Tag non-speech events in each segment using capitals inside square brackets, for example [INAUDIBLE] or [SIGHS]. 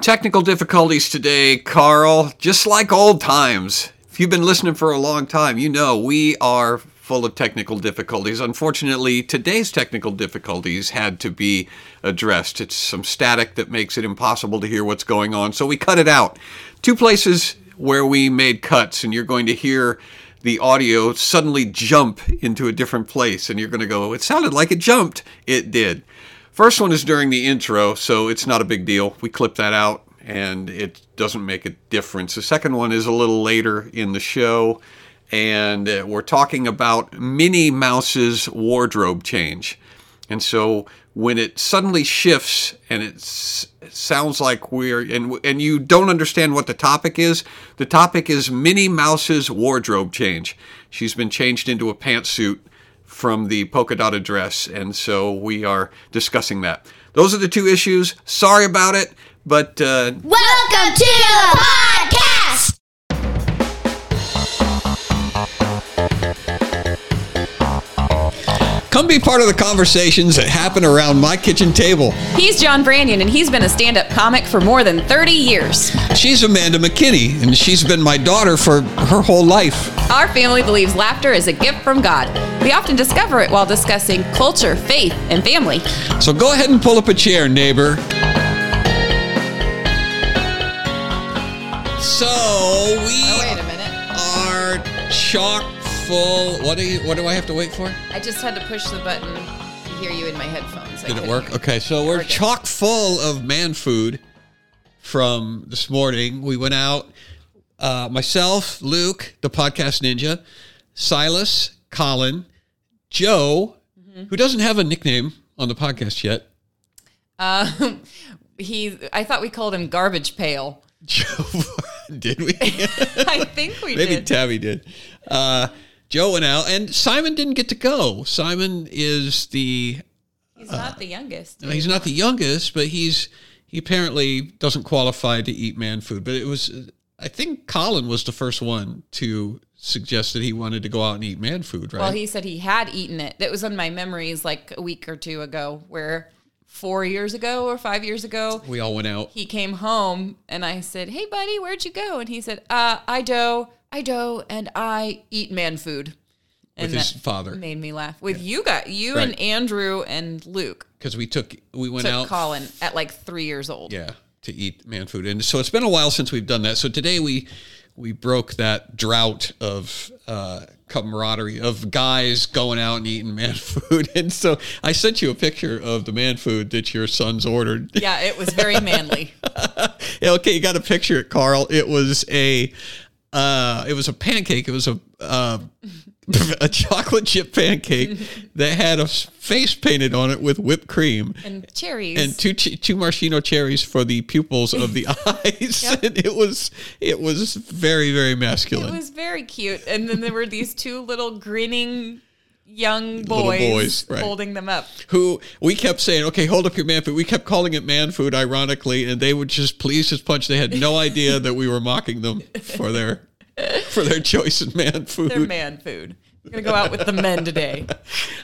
Technical difficulties today, Carl, just like old times. If you've been listening for a long time, you know we are full of technical difficulties. Unfortunately, today's technical difficulties had to be addressed. It's some static that makes it impossible to hear what's going on, so we cut it out. Two places where we made cuts, and you're going to hear the audio suddenly jump into a different place, and you're going to go, It sounded like it jumped. It did. First one is during the intro, so it's not a big deal. We clip that out and it doesn't make a difference. The second one is a little later in the show, and uh, we're talking about Minnie Mouse's wardrobe change. And so when it suddenly shifts and it s- sounds like we're and and you don't understand what the topic is, the topic is Minnie Mouse's wardrobe change. She's been changed into a pantsuit from the polka dotted dress, and so we are discussing that. Those are the two issues. Sorry about it, but uh, Welcome to the podcast. come be part of the conversations that happen around my kitchen table. He's John Brannion, and he's been a stand up comic for more than 30 years. She's Amanda McKinney, and she's been my daughter for her whole life. Our family believes laughter is a gift from God. We often discover it while discussing culture, faith, and family. So go ahead and pull up a chair, neighbor. So we Oh, a minute. are chock full. What do you? What do I have to wait for? I just had to push the button to hear you in my headphones. Did it work? Okay, so we're Worked it. chock full of man food from this morning. We went out, uh, myself, Luke, the podcast ninja, Silas, Colin, Joe, who doesn't have a nickname on the podcast yet. [LAUGHS] Uh, [LAUGHS] he, I thought we called him [LAUGHS] Garbage Pail. Joe, did we? I think we Maybe did. Tabby did. Uh, Joe went out, and Simon didn't get to go. Simon is the he's not the youngest. Now, he's not the youngest, but he's he apparently doesn't qualify to eat man food. But it was I think Colin was the first one to suggest that he wanted to go out and eat man food, right? Well, he said he had eaten it. That was on my memories like a week or two ago, where four years ago or five years ago, we all went out. he came home and I said, Hey, buddy, where'd you go? And he said, uh, I do, I do, and I eat man food. And his that father. Made me laugh. With you guys, you Right. and Andrew and Luke Because we took we went took out Colin at like three years old. yeah to eat man food and so it's been a while since we've done that so today we we broke that drought of uh, camaraderie of guys going out and eating man [LAUGHS] food and so i sent you a picture of the man food that your son's ordered Yeah, it was very [LAUGHS] manly. yeah, okay you got a picture it carl it was a uh, it was a pancake it was a uh, [LAUGHS] a chocolate chip pancake that had a s- face painted on it with whipped cream and cherries. and two ch- two maraschino cherries for the pupils of the [LAUGHS] eyes. and it was it was very very masculine. it was very cute. And then there were these two little grinning young boys, Little boys, right. holding them up. who we kept saying, okay, hold up your man food. We kept calling it man food, ironically, and they would just please as punch. They had no idea that we were mocking them for their for their choice in man food. They're man food. We're going to go out with the men today.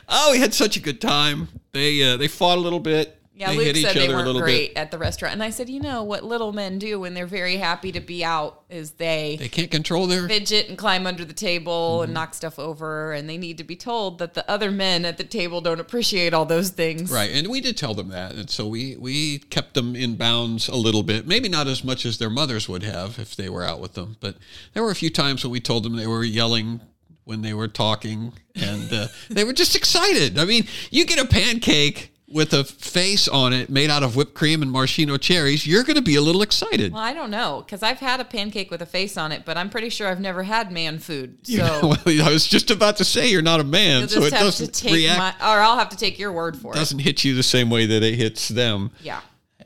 Oh, we had such a good time. They uh, they fought a little bit. Yeah, they Luke hit each said other they a weren't little great bit. at the restaurant. And I said, you know, what little men do when they're very happy to be out is they, They Mm-hmm. can't control their fidget and climb under the table and knock stuff over. And they need to be told that the other men at the table don't appreciate all those things. Right, and we did tell them that, and so we we kept them in bounds a little bit. Maybe not as much as their mothers would have if they were out with them, but there were a few times when we told them they were yelling when they were talking, and [LAUGHS] uh, they were just excited. I mean, you get a pancake with a face on it made out of whipped cream and maraschino cherries, you're going to be a little excited. Well, I don't know because I've had a pancake with a face on it, but I'm pretty sure I've never had man food. So You know, [LAUGHS] I was just about to say you're not a man, you'll just so it have to doesn't take react my, or I'll have to take your word for it. doesn't hit you the same way that it hits them. Yeah.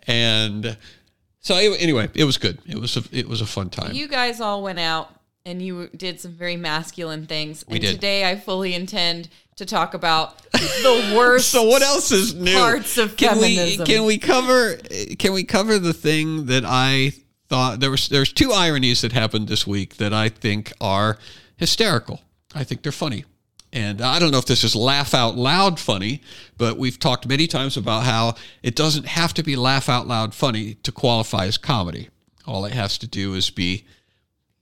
and so it- anyway, it was good. It was a, it was a fun time. You guys all went out and you did some very masculine things. and did. today I fully intend to talk about the [LAUGHS] worst. so what else is new? Parts of can feminism. we can we cover can we cover the thing that I thought there was there's two ironies that happened this week that I think are hysterical. I think they're funny. And I don't know if this is laugh out loud funny, but we've talked many times about how it doesn't have to be laugh out loud funny to qualify as comedy. All it has to do is be,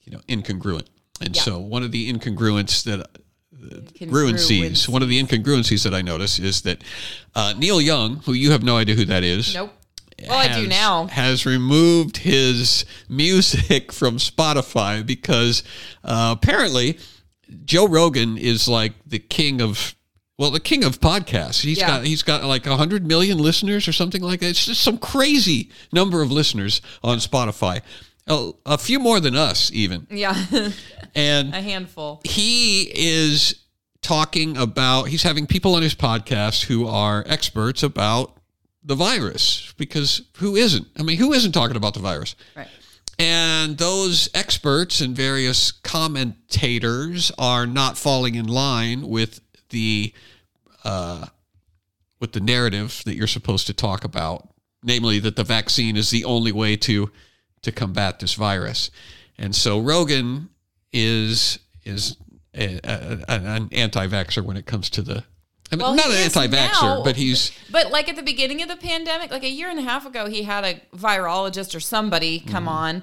you know, incongruent. And so one of the incongruents that congruencies, one of the incongruencies that I notice is that uh, Neil Young, who you have no idea who that is, Nope. Well, I do has- now. Has removed his music [LAUGHS] from Spotify because uh, apparently Joe Rogan is like the king of well, the king of podcasts. He's Yeah. got he's got like hundred million listeners or something like that. It's just some crazy number of listeners on Spotify. A, a few more than us even. [LAUGHS] Yeah. [LAUGHS] And a handful. he is talking about he's having people on his podcast who are experts about the virus because who isn't i mean who isn't talking about the virus Right. and those experts and various commentators are not falling in line with the uh, with the narrative that you're supposed to talk about, namely that the vaccine is the only way to to combat this virus. And so Rogan is is a, a, a- an anti-vaxer when it comes to the. I mean, Well, not he an is anti-vaxer, now. but he's But like at the beginning of the pandemic, like a year and a half ago, he had a virologist or somebody come Mm-hmm. on.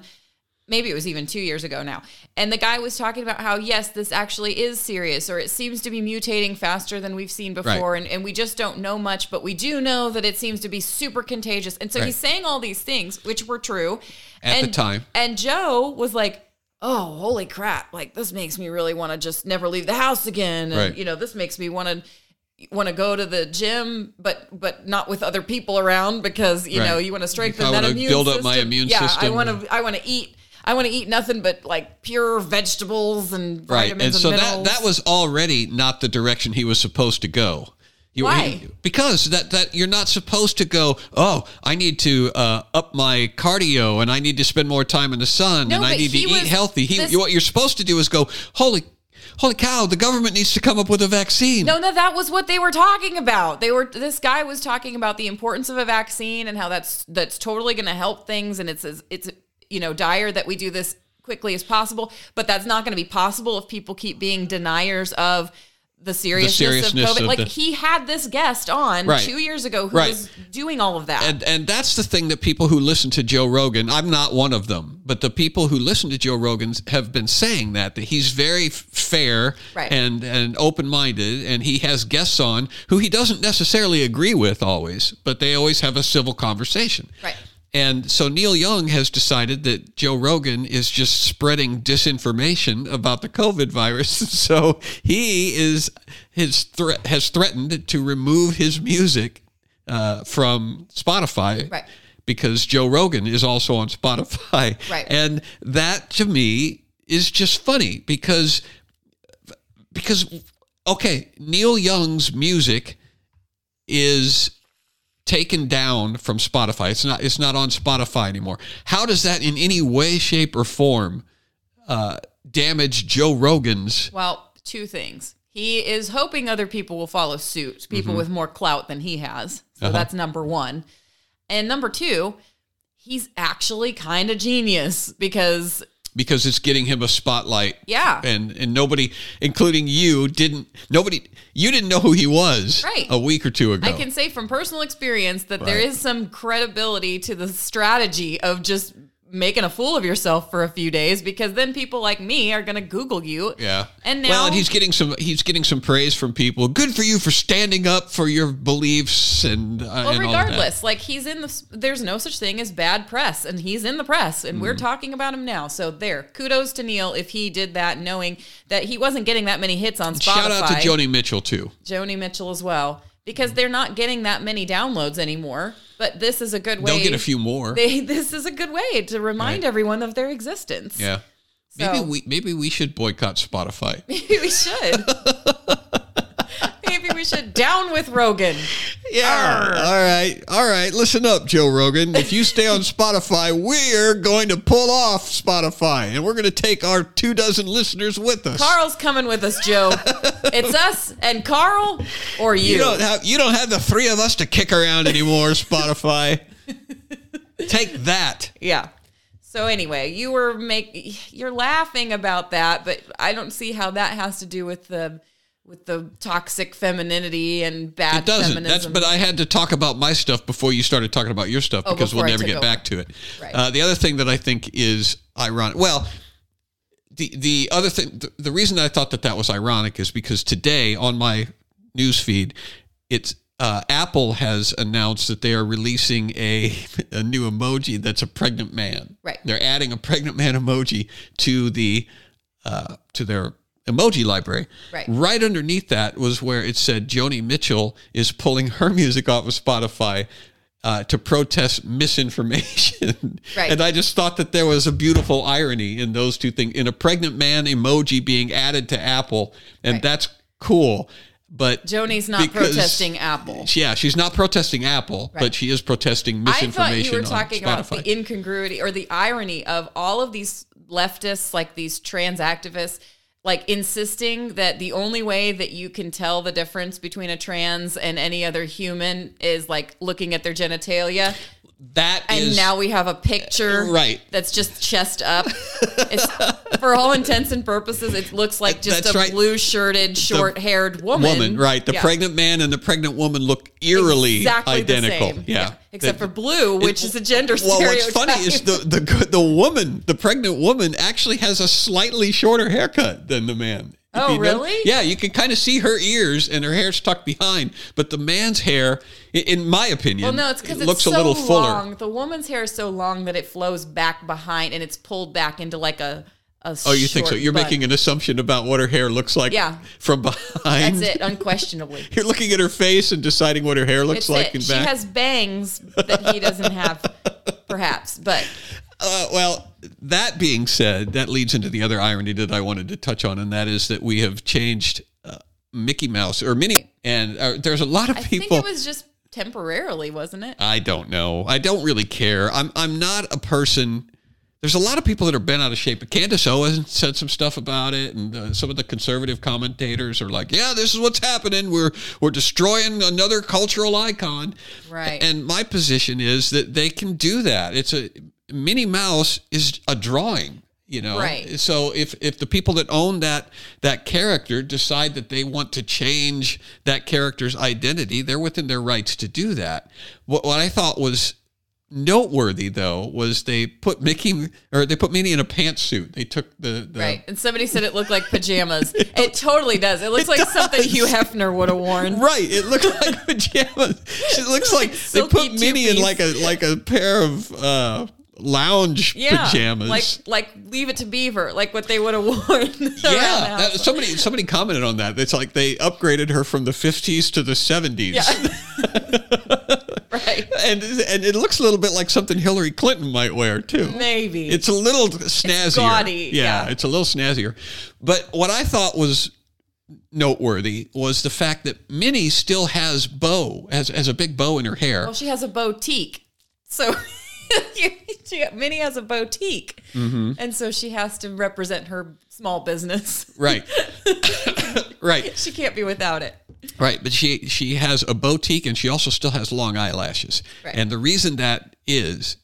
Maybe it was even two years ago now. And the guy was talking about how, yes, this actually is serious, or it seems to be mutating faster than we've seen before. And, and we just don't know much, but we do know that it seems to be super contagious. And so Right. he's saying all these things, which were true At the time. And Joe was like, oh, holy crap. Like, this makes me really want to just never leave the house again. And, Right. you know, this makes me want to want to go to the gym, but but not with other people around because you Right. know you want to strengthen I that wanna immune build up system. my immune yeah, I system. want to I want to eat. I want to eat nothing but like pure vegetables and right, vitamins and so that minerals. that was already not the direction he was supposed to go. You, Why? he- because that that you're not supposed to go. Oh, I need to uh, up my cardio, and I need to spend more time in the sun, No, and I but need to he eat was- healthy. He, this- what you're supposed to do is go. Holy, holy cow! The government needs to come up with a vaccine. No, no, that was what they were talking about. They were this guy was talking about the importance of a vaccine and how that's that's totally going to help things, and it's it's you know dire that we do this quickly as possible, but that's not going to be possible if people keep being deniers of the seriousness, seriousness of COVID. of like the- he had this guest on Right. two years ago who Right. was doing all of that. and and that's the thing that people who listen to Joe Rogan, I'm not one of them, but the people who listen to Joe Rogan have been saying that that he's very f- fair Right. and and open-minded and he has guests on who he doesn't necessarily agree with always, but they always have a civil conversation. Right. And so Neil Young has decided that Joe Rogan is just spreading disinformation about the COVID virus. [LAUGHS] So he is his thre- has threatened to remove his music uh, from Spotify Right. because Joe Rogan is also on Spotify. [LAUGHS] Right. And that to me is just funny because because okay, Neil Young's music is taken down from Spotify. It's not it's not on Spotify anymore. How does that in any way, shape, or form uh, damage Joe Rogan's? well, two things. He is hoping other people will follow suit, people Mm-hmm. with more clout than he has. Uh-huh. So that's number one. And number two, he's actually kind of genius because, Because it's getting him a spotlight. yeah, And and nobody, including you, didn't nobody you didn't know who he was Right. a week or two ago. I can say from personal experience that there Oh. Right. is some credibility to the strategy of just making a fool of yourself for a few days because then people like me are going to Google you. yeah. And now well, and he's getting some he's getting some praise from people. Good for you for standing up for your beliefs and uh, Well, and all of that. regardless, like he's in the. There's no such thing as bad press, and he's in the press, and Mm. we're talking about him now. So there, kudos to Neil if he did that, knowing that he wasn't getting that many hits on Spotify. Shout out to Joni Mitchell too. Joni Mitchell as well, because they're not getting that many downloads anymore. But this is a good way. They'll get a few more. [LAUGHS] They, this is a good way to remind Right. everyone of their existence. yeah. So- Maybe we maybe we should boycott Spotify. [LAUGHS] Maybe we [LAUGHS] should. Maybe we should down with Rogan. Yeah. All right. All right. Listen up, Joe Rogan. If you stay on Spotify, we're going to pull off Spotify and we're going to take our two dozen listeners with us. Carl's coming with us, Joe. It's us and Carl or you. you don't have you don't have the three of us to kick around anymore, Spotify. take that. Yeah. So anyway, you were make you're laughing about that, but I don't see how that has to do with the with the toxic femininity and bad It doesn't. feminism. That's but I had to talk about my stuff before you started talking about your stuff Oh, because we'll before I never took get over. back to it. Right. Uh, the other thing that I think is ironic. Well, the the other thing, the, the reason I thought that that was ironic is because today on my news feed, it's uh, Apple has announced that they are releasing a [LAUGHS] a new emoji that's a pregnant man. Right. They're adding a pregnant man emoji to the uh, to their emoji library. Right. Right underneath that was where it said Joni Mitchell is pulling her [LAUGHS] music off of Spotify uh, to protest misinformation. [LAUGHS] Right. and I just thought that there was a beautiful irony in those two things in a pregnant man emoji being added to Apple, and Right. that's cool. But Joni's not because- protesting Apple. Yeah, she's not protesting Apple, but Right. she is protesting I thought you misinformation were on talking about Spotify. the incongruity or the irony of all of these leftists, like these trans activists, like insisting that the only way that you can tell the difference between a trans and any other human is like looking at their genitalia. That And is- Uh, now we have a picture Right. that's just chest up. it's, for all intents and purposes, it looks like just That's a right. blue shirted, short haired woman. woman, right? The Yeah. pregnant man and the pregnant woman look eerily Exactly the identical. same. Yeah. Except That- for blue, which is a gender well, what's stereotype. funny is the, the g- the woman, the pregnant woman, actually has a slightly shorter haircut than the man. If Oh, you really? Yeah, you can kind of see her ears and her hair's tucked behind, but the man's hair, i- in my opinion, [LAUGHS] Well, no, it's because it it's looks so a little fuller. long. The woman's hair is so long that it flows back behind and it's pulled back into like a a. Oh, you think so? short You're bun. making an assumption about what her hair looks like Yeah. from [LAUGHS] behind. That's [LAUGHS] it, unquestionably. You're looking at her face and deciding what her hair looks It's like it. and She back. has bangs that he doesn't have, perhaps. But Uh, well, that being said, that leads into the other irony that I wanted to touch on, and that is that we have changed uh, Mickey Mouse or Minnie, and uh, there's a lot of I think people. it was just temporarily, wasn't it? I don't know. I don't really care. I'm I'm not a person. There's a lot of people that are bent out of shape. Candace Owens said some stuff about it, and uh, some of the conservative commentators are like, "Yeah, this is what's happening. We're we're destroying another cultural icon." Right. And my position is that they can do that. It's a Minnie Mouse is a drawing. You know, Right. so if if the people that own that that character decide that they want to change that character's identity, they're within their rights to do that. What what I thought was noteworthy though was they put Mickey or they put Minnie in a pantsuit. They took the, the Right. And somebody said it looked like [LAUGHS] pajamas. it totally does. It looks like something Hugh Hefner would have worn. Right, it looked [LAUGHS] like pajamas. She looks like they silky put Minnie in two-piece. like a like a pair of uh, lounge Yeah. pajamas. Like like leave it to Beaver, like what they would have [LAUGHS] worn. around the yeah, that- house. somebody somebody commented on that. It's like they upgraded her from the 50s to the 70s. [LAUGHS] [LAUGHS] right. and and it looks a little bit like something Hillary Clinton might wear too. Maybe. It's a little snazzier. gaudy, Yeah, yeah. it's a little snazzier. But what I thought was noteworthy was the fact that Minnie still has bow has has a big bow in her hair. Well, she has a boutique. So [LAUGHS] she, Minnie has a boutique. Mm-hmm. And so she has to represent her small business. right. [COUGHS] right. She can't be without it. Right, but she she has a boutique and she also still has long eyelashes. Right. And the reason that is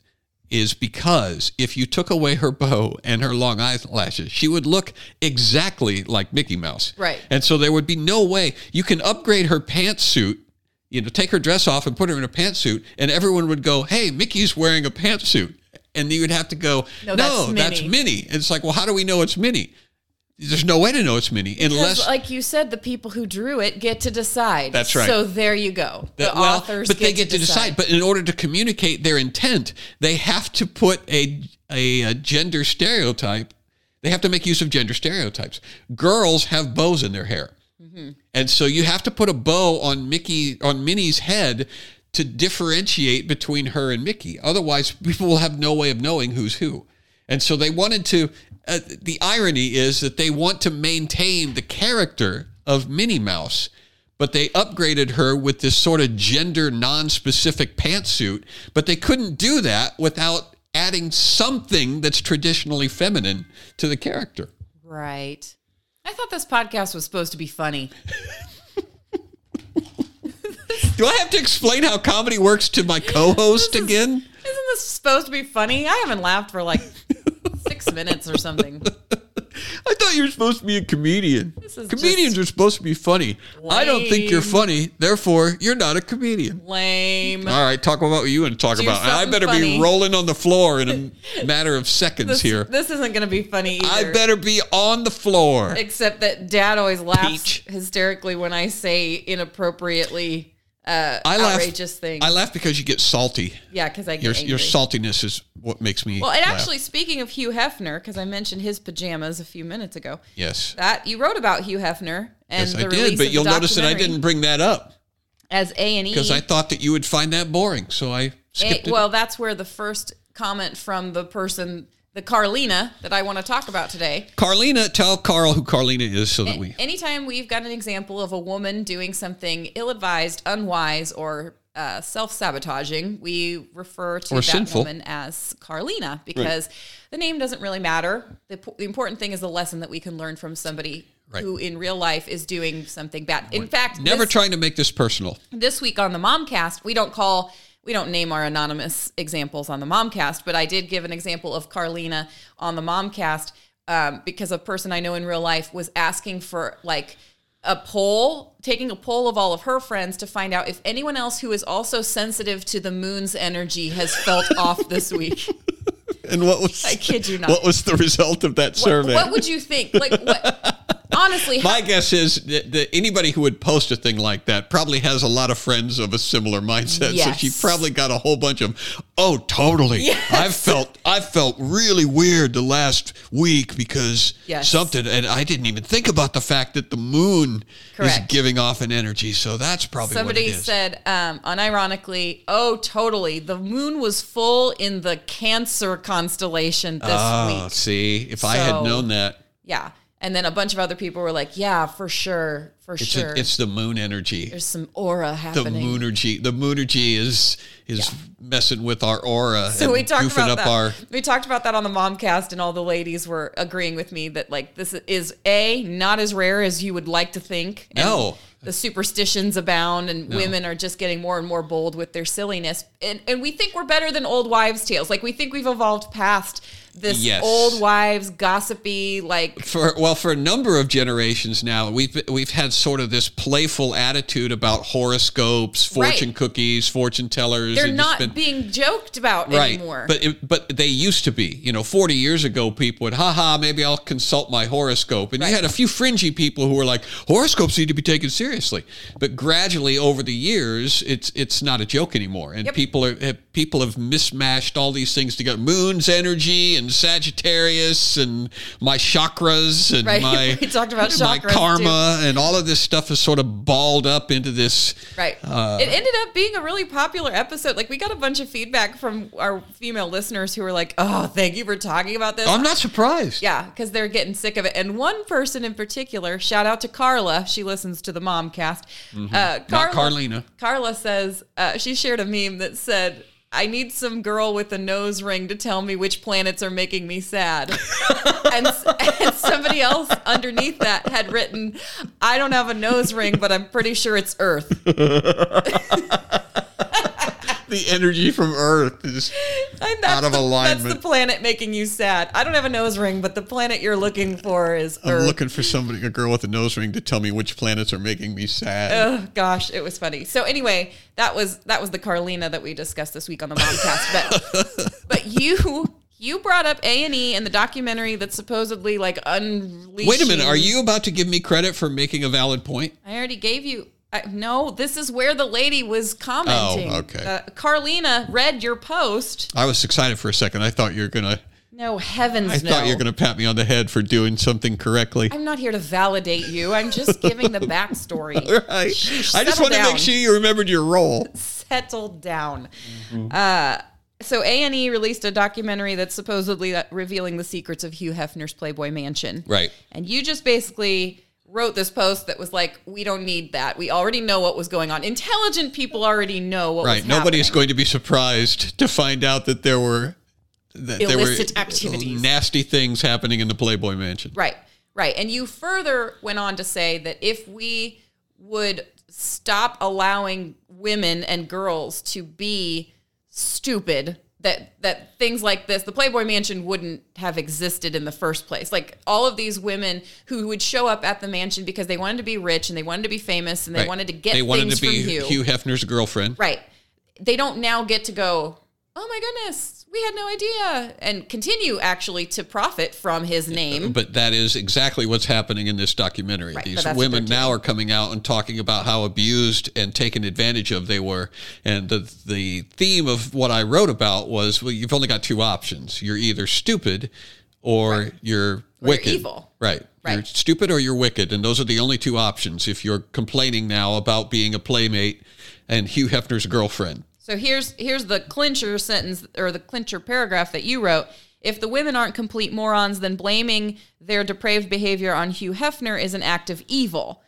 is because if you took away her bow and her long eyelashes, she would look exactly like Mickey Mouse. Right. And so there would be no way you can upgrade her pantsuit, you know, take her dress off and put her in a pantsuit and everyone would go, "Hey, Mickey's wearing a pantsuit." And you would have to go, "No, No, that's, that's Minnie. Minnie." And it's like, "Well, how do we know it's Minnie?" There's no way to know it's Minnie unless Because, like you said, the people who drew it get to decide. That's right. So there you go. that- the authors but get they get to decide. But in order to communicate their intent, they have to put a, a a gender stereotype. They have to make use of gender stereotypes. Girls have bows in their hair, and so you have to put a bow on Mickey on Minnie's head to differentiate between her and Mickey. Otherwise, [LAUGHS] people will have no way of knowing who's who. And so they wanted to. Uh, the irony is that they want to maintain the character of Minnie Mouse, but they upgraded her with this sort of gender non-specific pantsuit but they couldn't do that without adding something that's traditionally feminine to the character Right. I thought this podcast was supposed to be funny. do i have to explain how comedy works to my co-host again Isn't [LAUGHS] this supposed to be funny? I haven't laughed for like six minutes or something. I thought you were supposed to be a comedian. is Comedians are supposed to be funny. I don't think you're lame. funny, therefore you're not a comedian. Lame. All right, talk about what you want to talk Do about. I something better be funny. rolling on the floor in [LAUGHS] a matter of seconds This, here. this isn't going to be funny either. I better be on the floor. Except that dad always laughs Peach. hysterically when I say inappropriately I laugh. outrageous things. I laugh because you get salty. yeah, because I get Your angry. your saltiness is what makes me. Well, and laugh. actually, speaking of Hugh Hefner, because I mentioned his pajamas a few minutes ago, yes, that you wrote about Hugh Hefner and yes, the I release did. But of you'll the notice that I documentary didn't bring that up as A and E. because I thought that you would find that boring, so I It- skipped it. Eh, well, that's where the first comment from the person, the Carlina that I want to talk about today. Carlina, tell Carl who Carlina is, Eh, so that we. Anytime we've got an example of a woman doing something ill-advised, unwise, or uh, self-sabotaging, we refer to Or that sinful. woman as Carlina because the name doesn't really matter. The, po- the important thing is the lesson that we can learn from somebody Right. who, in real life, is doing something bad. In fact, Never this, trying to make this personal. this week on the Momcast, we don't call, we don't name our anonymous examples on the Momcast, but I did give an example of Carlina on the Momcast um, because a person I know in real life was asking for like a poll, taking a poll of all of her friends to find out if anyone else who is also sensitive to the moon's energy has felt off this week. And what was I kid you not. What was the result of that [LAUGHS] survey? What would you think? Like, what? Honestly, My guess is that, that anybody who would post a thing like that probably has a lot of friends of a similar mindset. So she Yes. probably got a whole bunch of, oh, totally. I've felt I've felt really weird the last week because Yes. something, and I didn't even think about the fact that the moon is Correct. giving off an energy. So that's probably what Somebody it is. said, um, unironically, "Oh, totally. The moon was full in the Cancer constellation this oh, week." see, if I had So- known that, Yeah, and then a bunch of other people were like, "Yeah, for sure, for it's, a- sure." it's the moon energy. There's some aura the happening. moonergy, the moonergy is is messing with our aura so and we talked goofing about up that. our we talked about that on the momcast, and all the ladies were agreeing with me that like this is a not as rare as you would like to think. And No. the superstitions abound, and women are just getting more and more bold with their silliness. And and we think we're better than old wives' tales. Like we think we've evolved past this Yes. old wives gossipy [LAUGHS] like. for well for a number of generations now we've we've had sort of this playful attitude about horoscopes Right. fortune cookies fortune tellers They're and just not been- being joked about anymore. but it, but they used to be you know 40 years ago people would haha maybe i'll consult my horoscope and you Right. had a few fringy people who were like horoscopes need to be taken seriously but gradually over the years it's it's not a joke anymore and Yep. people are have, people have mismashed all these things together moon's energy and sagittarius and my chakras and Right. [LAUGHS] my We talked about my chakras, karma and all of this stuff is sort of balled up into this Right. Uh, it ended up being a really popular episode. Like we got a bunch of feedback from our female listeners who were like, "Oh, thank you for talking about this." i'm not surprised yeah, because they're getting sick of it. And one person in particular, shout out to Carla. She listens to the Momcast. Uh, Mm-hmm. Not Carlina. Carla says uh, she shared a meme that said, "I need some girl with a nose ring to tell me which planets are making me sad." [LAUGHS] and, and somebody else underneath that had written, "I don't have a nose ring, but I'm pretty sure it's Earth." the energy from earth is And that's out of the, That's alignment. the planet making you sad. I don't have a nose ring, but the planet you're looking for is I'm Earth. looking for somebody, a girl with a nose ring, to tell me which planets are making me sad. Ugh, gosh, it was funny. So anyway, that was that was the Carlina that we discussed this week on the Momcast. But [LAUGHS] but you you brought up A and E and the documentary that's supposedly like unleashing. Wait a minute, are you about to give me credit for making a valid point? I already gave you. I, no, this is where the lady was commenting. Oh, okay. Uh, Carlina read your post. I was excited for a second. I thought you were gonna. No heavens, I no. thought you were gonna pat me on the head for doing something correctly. I'm not here to validate you. I'm just giving [LAUGHS] the backstory. All [LAUGHS] right. I just settle wanted to make down. sure you remembered your role. settle down. Mm-hmm. Uh, so A and E released a documentary that's supposedly that- revealing the secrets of Hugh Hefner's Playboy Mansion. Right. And you just basically wrote this post that was like, "We don't need that. We already know what was going on. Intelligent people already know what Right. was Nobody is happening." going to be surprised to find out that there were that Illicit there were activities. nasty things happening in the Playboy Mansion. Right, right. And you further went on to say that if we would stop allowing women and girls to be stupid that that things like this, the Playboy Mansion wouldn't have existed in the first place. Like all of these women who would show up at the mansion because they wanted to be rich and they wanted to be famous and they Right. wanted to get They wanted things to be from you. Hugh Hefner's girlfriend. Right. They don't now get to go, oh my goodness, we had no idea, and continue actually to profit from his name. But that is exactly what's happening in this documentary. Right, but These that's what women they're now are coming out and talking about how abused and taken advantage of they were. And the the theme of what I wrote about was well, you've only got two options. You're either stupid or you're wicked. evil. Right. You're Right. stupid or you're wicked. And those are the only two options if you're complaining now about being a playmate and Hugh Hefner's girlfriend. So here's here's the clincher sentence or the clincher paragraph that you wrote. If the women aren't complete morons, then blaming their depraved behavior on Hugh Hefner is an act of evil.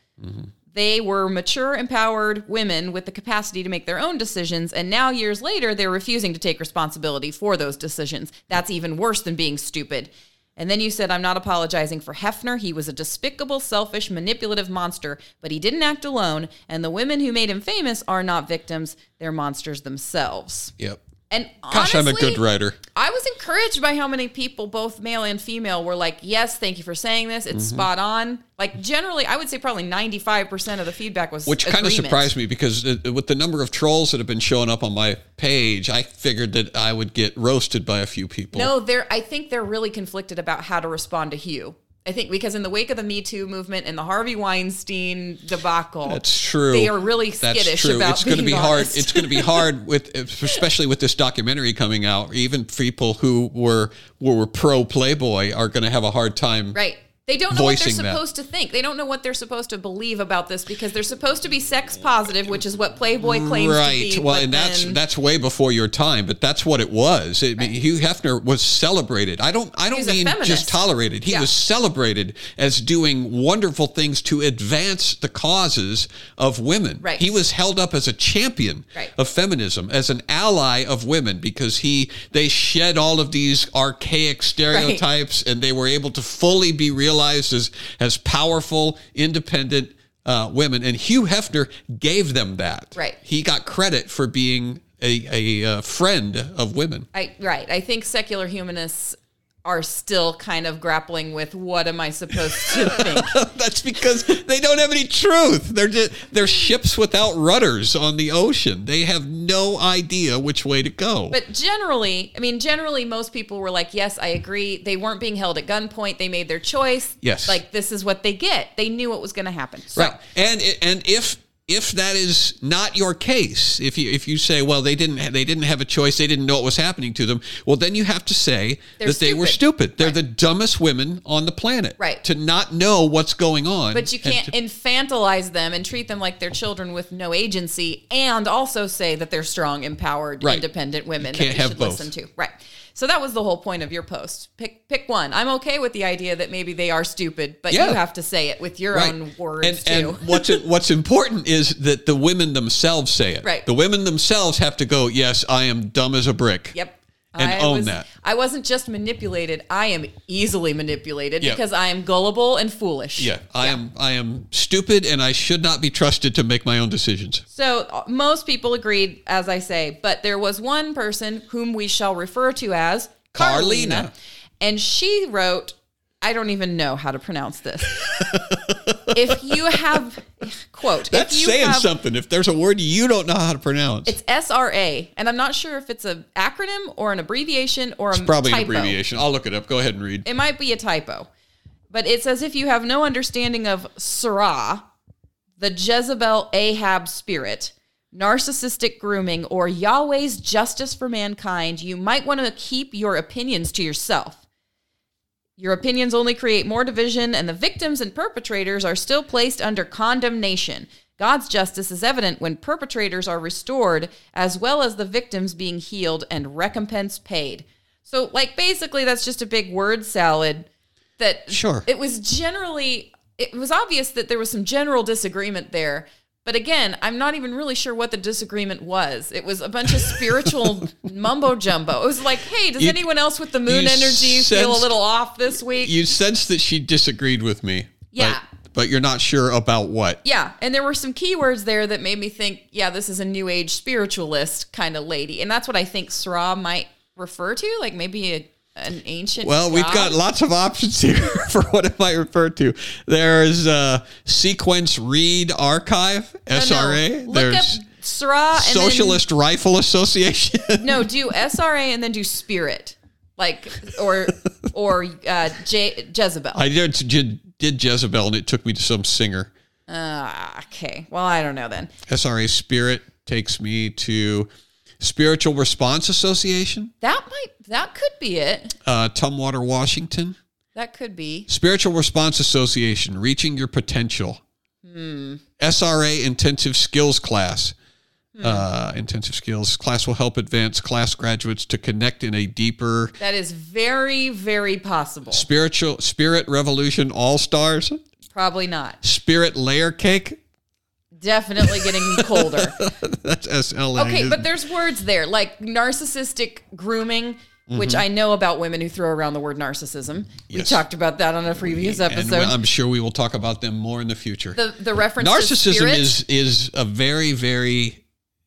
They were mature, empowered women with the capacity to make their own decisions, and now years later, they're refusing to take responsibility for those decisions. That's even worse than being stupid. And then you said, I'm not apologizing for Hefner. He was a despicable, selfish, manipulative monster, but he didn't act alone, and the women who made him famous are not victims, they're monsters themselves. Yep. And Gosh, I'm a honestly, good writer. I was encouraged by how many people, both male and female, were like, "Yes, thank you for saying this. It's Mm-hmm. spot on." Like generally, I would say probably ninety five percent of the feedback was Which kind of agreement. surprised me because uh, with the number of trolls that have been showing up on my page, I figured that I would get roasted by a few people. No, they're. I think they're really conflicted about how to respond to Hugh. I think because in the wake of the Me Too movement and the Harvey Weinstein debacle, That's true. They are really That's skittish true. about it's gonna being be hard. honest. It's going to be [LAUGHS] hard with, especially with this documentary coming out. Even people who were who were pro Playboy are going to have a hard time. Right. They don't know what they're voicing that. supposed to think. They don't know what they're supposed to believe about this because they're supposed to be sex positive, which is what Playboy claims Right. to be. well, but and that's then- that's way before your time, but that's what it was. It, Hugh Hefner was celebrated. I don't I don't He's a mean just feminist. tolerated. He Yeah. was celebrated as doing wonderful things to advance the causes of women. Right. He was held up as a champion Right. of feminism, as an ally of women because he they shed all of these archaic stereotypes and they were able to fully be realized as as powerful, independent uh, women and Hugh Hefner gave them that. Right. He got credit for being a, a uh, friend of women. [LAUGHS] I, right. I think secular humanists are still kind of grappling with what am I supposed [LAUGHS] to think? That's because they don't have any truth. They're just, they're ships without rudders on the ocean. They have no idea which way to go. But generally, I mean, generally, most people were like, yes, I agree. They weren't being held at gunpoint. They made their choice. Yes. Like, this is what they get. They knew what was going to happen. So, right. And i- and if if that is not your case, if you if you say, well, they didn't ha- they didn't have a choice, they didn't know what was happening to them, well, then you have to say They're that they were stupid. stupid. They're the dumbest women on the planet. Right. To not know what's going on. But you and can't to- infantilize them and treat them like they're children with no agency, and also say that they're strong, empowered, Right. independent women can't that we have should both. listen to. Right. So that was the whole point of your post. Pick pick one. I'm okay with the idea that maybe they are stupid, but Yeah. you have to say it with your own words and, too. [LAUGHS] And what's what's important is that the women themselves say it. Right. The women themselves have to go. Yes, I am dumb as a brick. Yep. And I own was, that. I wasn't just manipulated. I am easily manipulated Yeah. because I am gullible and foolish. Yeah. I am. I am stupid, and I should not be trusted to make my own decisions. So uh, most people agreed, as I say, but there was one person whom we shall refer to as Carlina. Carlina. And she wrote, I don't even know how to [LAUGHS] pronounce this. if you have, quote, That's if you saying have, something. If there's a word you don't know how to pronounce, It's SRA, and I'm not sure if it's an acronym or an abbreviation or a probably an typo. abbreviation. I'll look it up. Go ahead and read. it might be a typo, but it's as if you have no understanding of Sarah, the Jezebel Ahab spirit, narcissistic grooming, or Yahweh's justice for mankind. You might want to keep your opinions to yourself. Your opinions only create more division, and the victims and perpetrators are still placed under condemnation. God's justice is evident when perpetrators are restored, as well as the victims being healed and recompense paid. So, like, basically, that's just a big word salad that Sure. it was generally, it was obvious that there was some general disagreement there. But again, I'm not even really sure what the disagreement was. It was a bunch [LAUGHS] of spiritual mumbo jumbo. It was like, hey, does You- anyone else with the moon you energy feel a sensed- little off this week. You sense that she disagreed with me. Yeah. But, but you're not sure about what. yeah, and there were some keywords there that made me think, yeah, this is a new age spiritualist kind of lady. And that's what I think Sra might refer to? Like maybe a, an ancient. Well, we've god? got lots of options here [LAUGHS] for what it might refer to. There's uh, sequence read archive No, no. SRA. Look There's up Sra and Socialist Rifle Association. Then, no, do SRA and then do Spirit, like or or uh, Je- Jezebel. [LAUGHS] I did, did did Jezebel, and it took me to some singer. Ah, okay. Well, I don't know then. SRA Spirit takes me to Spiritual Response Association, That might that could be it. uh, Tumwater, Washington. That could be. Spiritual Response Association, reaching your potential. Hmm. SRA intensive skills class. Uh, intensive skills class will help advance class graduates to connect in a deeper That is very very possible. spiritual spirit revolution all stars Probably not. spirit layer cake. Definitely getting [LAUGHS] colder. That's SLA. Okay, but there's words there like narcissistic grooming, which I know about women who throw around the word narcissism. We Mm-hmm. Yes. talked about that on a previous and episode. I'm sure we will talk about them more in the future. the the reference to Narcissism spirit is is a very very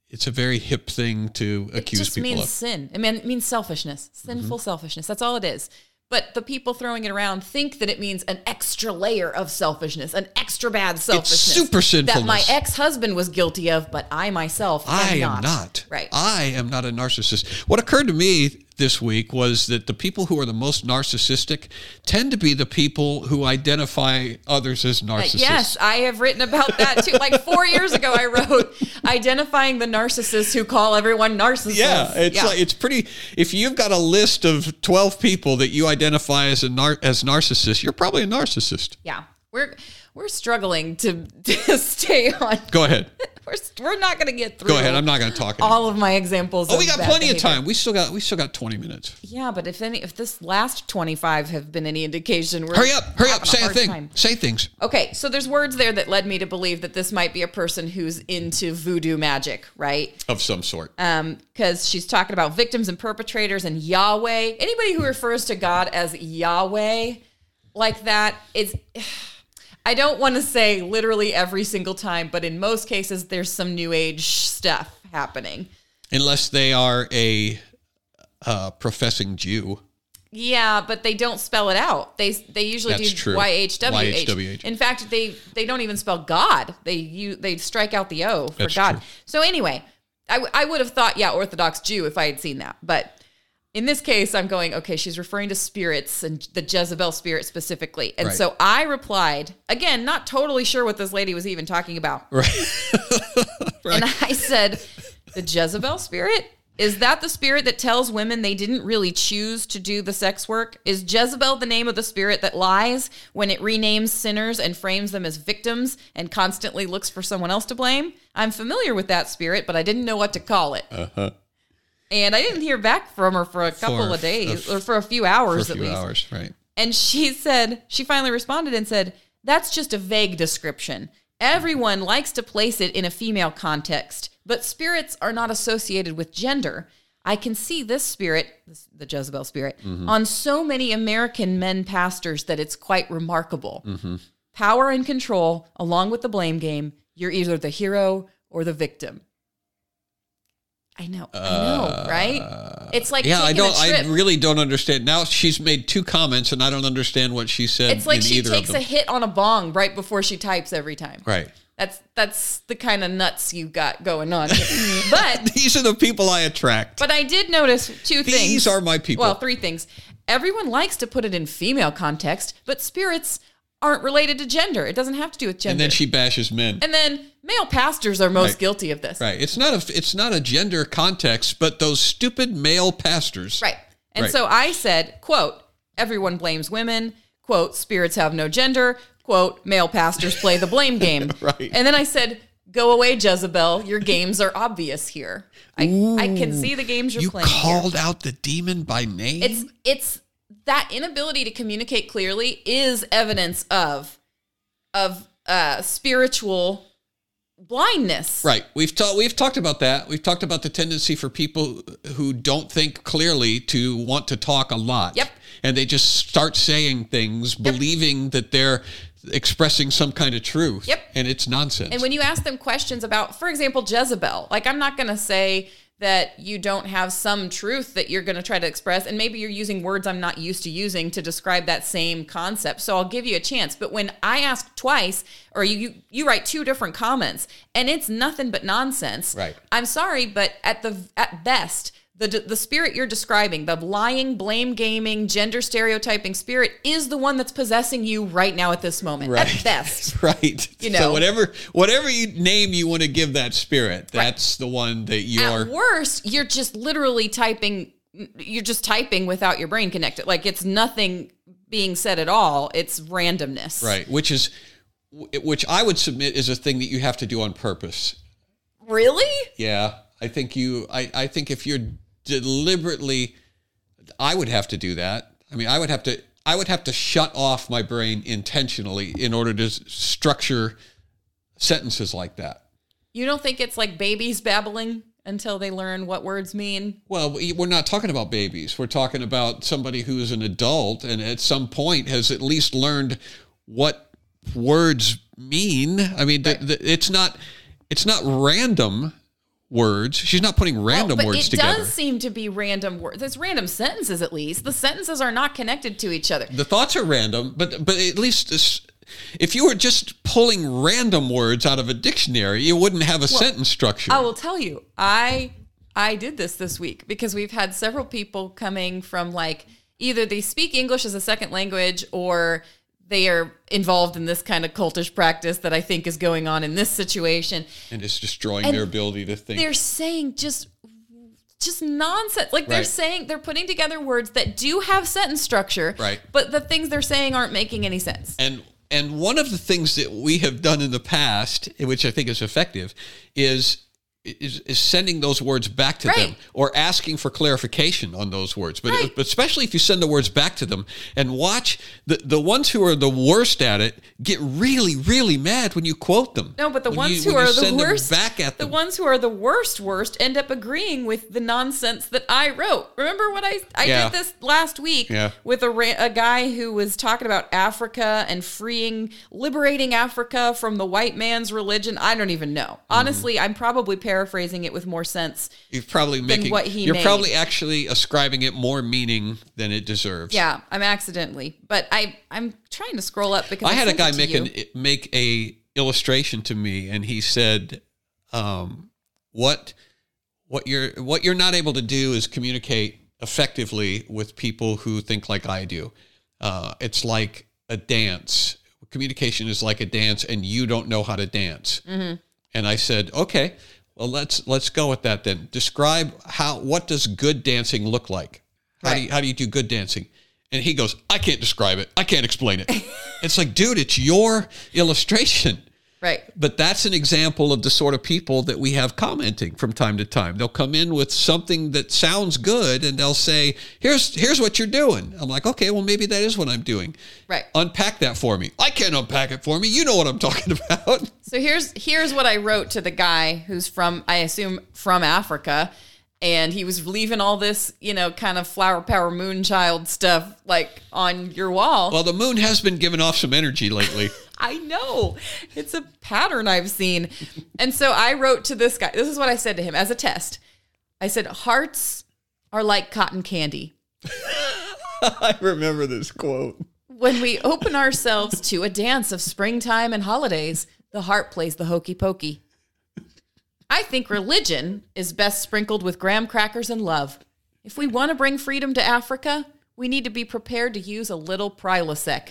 it's a very hip thing to it accuse just people means of. Mm-hmm. sin. I mean, it means selfishness, sinful selfishness. That's all it is. But the people throwing it around think that it means an extra layer of selfishness, an extra bad selfishness. super That my sinfulness. ex husband was guilty of, but I myself am I not. am not. Right. I am not a narcissist. What occurred to me this week was that the people who are the most narcissistic tend to be the people who identify others as narcissists. Uh, Yes, I have written about that too. Like four years ago, I wrote identifying the narcissists who call everyone narcissists. Yeah, it's like it's pretty. If you've got a list of twelve people that you identify as a nar- as narcissist, you're probably a narcissist. yeah, we're we're struggling to, [LAUGHS] to stay on. Go [LAUGHS] ahead. We're, we're not going to get through. Go ahead. I'm not going to talk. Anymore. all of my examples. Oh, we of got bad plenty of behavior. time. We still got we still got twenty minutes. Yeah, but if any, if this last twenty five have been any indication, we're Hurry up! Hurry having up! Say a hard thing. time. Say things. Okay, so there's words there that led me to believe that this might be a person who's into voodoo magic, right? Of some sort. because Um, she's talking about victims and perpetrators and Yahweh. Anybody who refers to God as Yahweh like that is. [SIGHS] I don't want to say literally every single time, but in most cases, there's some new age stuff happening. Unless they are a uh, professing Jew. Yeah, but they don't spell it out. They they usually That's do true. YHWH. YHWH. In fact, they they don't even spell God. They you they strike out the O for That's God. true. So anyway, I w- I would have thought yeah Orthodox Jew if I had seen that, but in this case I'm going okay. She's referring to spirits and the Jezebel spirit specifically, and Right. so I replied again, not totally sure what this lady was even talking about. Right. And I said, The Jezebel spirit? Is that the spirit that tells women they didn't really choose to do the sex work? Is Jezebel the name of the spirit that lies when it renames sinners and frames them as victims and constantly looks for someone else to blame? I'm familiar with that spirit, but I didn't know what to call it. Uh-huh. And I didn't hear back from her for a couple For of a days, f- or for a few For a hours at few least. hours. Right. And she said, she finally responded and said, that's just a vague description. Everyone likes to place it in a female context, but spirits are not associated with gender. I can see this spirit, this- the Jezebel spirit, Mm-hmm. on so many American men pastors that it's quite remarkable. Mm-hmm. Power and control, along with the blame game, you're either the hero or the victim. I know, I know, right? It's like Yeah, I taking a don't. I trip. really don't understand. Now she's made two comments, and I don't understand what she said. It's like in she either takes of a them. hit on a bong right before she types every time. right. [LAUGHS] That's that's the kind of nuts you got going on. here. but These are the people I attract. but I did notice two These things. are my people. Well, three things. Everyone likes to put it in female context, but spirits aren't related to gender. It doesn't have to do with gender. and then she bashes men. And then male pastors are most Right. guilty of this. right. It's not a. It's not a gender context, but those stupid male pastors. Right. And Right. so I said, quote, everyone blames women, quote, spirits have no gender, quote, male pastors play [LAUGHS] the blame game. Right. And then I said, go away, Jezebel. Your games are obvious here. I, I can see the games you're You playing. here." called out the demon by name. It's it's that inability to communicate clearly is evidence of of uh spiritual blindness. Right. We've talked we've talked about that. We've talked about the tendency for people who don't think clearly to want to talk a lot. Yep. And they just start saying things believing that they're expressing some kind of truth. Yep. And it's nonsense. And when you ask them questions about, for example, Jezebel, like I'm not going to say that you don't have some truth that you're going to try to express. And maybe you're using words I'm not used to using to describe that same concept. So I'll give you a chance. But when I ask twice, or you, you, you write two different comments and it's nothing but nonsense. Right. I'm sorry, but at the at best, the the spirit you're describing, the lying, blame gaming, gender stereotyping spirit, is the one that's possessing you right now at this moment. Right. At [LAUGHS] best, right. You so know. whatever whatever you name you want to give that spirit, that's the one that you are. at worst, you're just literally typing. You're just typing without your brain connected. Like it's nothing being said at all. It's randomness. Right, which is which I would submit is a thing that you have to do on purpose. Really? Yeah, I think you. I, I think if you're deliberately, I would have to do that. I mean, I would have to. I would have to shut off my brain intentionally in order to s- structure sentences like that. You don't think it's like babies babbling until they learn what words mean? Well, we- we're not talking about babies. We're talking about somebody who is an adult and at some point has at least learned what words mean. I mean, th th it's not it's not random words. She's not putting random but words it together. does seem to be random words. It's random sentences, at least. The sentences are not connected to each other. The thoughts are random, but but at least this, if you were just pulling random words out of a dictionary, you wouldn't have a sentence structure. I will tell you, I I did this this week because we've had several people coming from like either they speak English as a second language or they are involved in this kind of cultish practice that I think is going on in this situation. and it's destroying their ability to think. They're saying just just nonsense. Like they're Right. saying they're putting together words that do have sentence structure, Right. But the things they're saying aren't making any sense. And and one of the things that we have done in the past, which I think is effective, is is, is sending those words back to them Right. or asking for clarification on those words. But Right. but especially if you send the words back to them and watch the the ones who are the worst at it get really really mad when you quote them. No, but the When ones you- who when you are the send them worst back at the them. ones who are the worst worst end up agreeing with the nonsense that I wrote. Remember what I I Yeah. did this last week Yeah. with a ra- a guy who was talking about Africa and freeing liberating Africa from the white man's religion. I don't even know. Mm-hmm. Honestly, I'm probably paraphrasing it with more sense. you're probably making what he you're made. probably actually ascribing it more meaning than it deserves. Yeah, I'm accidentally, but I I'm trying to scroll up because I had a sent it guy to make you. an make a illustration to me, and he said, um, "What what you're what you're not able to do is communicate effectively with people who think like I do. Uh, it's like a dance. Communication is like a dance, and you don't know how to dance." And I said, "Okay, well let's let's go with that then. Describe how what does good dancing look like? How do you, how do you do good dancing?" And he goes, "I can't describe it. I can't explain it." it's like, dude, it's your illustration. right. But that's an example of the sort of people that we have commenting from time to time. They'll come in with something that sounds good and they'll say, "Here's here's what you're doing." I'm like, "Okay, well maybe that is what I'm doing." Right. Unpack that for me. I can't unpack it for me. You know what I'm [LAUGHS] talking about. So here's here's what I wrote to the guy who's from I assume from Africa and he was leaving all this, you know, kind of flower power moonchild stuff like on your wall. Well, the moon has been giving off some energy lately. I know. It's a pattern I've seen. And so I wrote to this guy. This is what I said to him as a test. I said hearts are like cotton candy. [LAUGHS] I remember this quote. When we open ourselves to a dance of springtime and holidays, the heart plays the hokey pokey. I think religion is best sprinkled with graham crackers and love. If we want to bring freedom to Africa, we need to be prepared to use a little Prilosec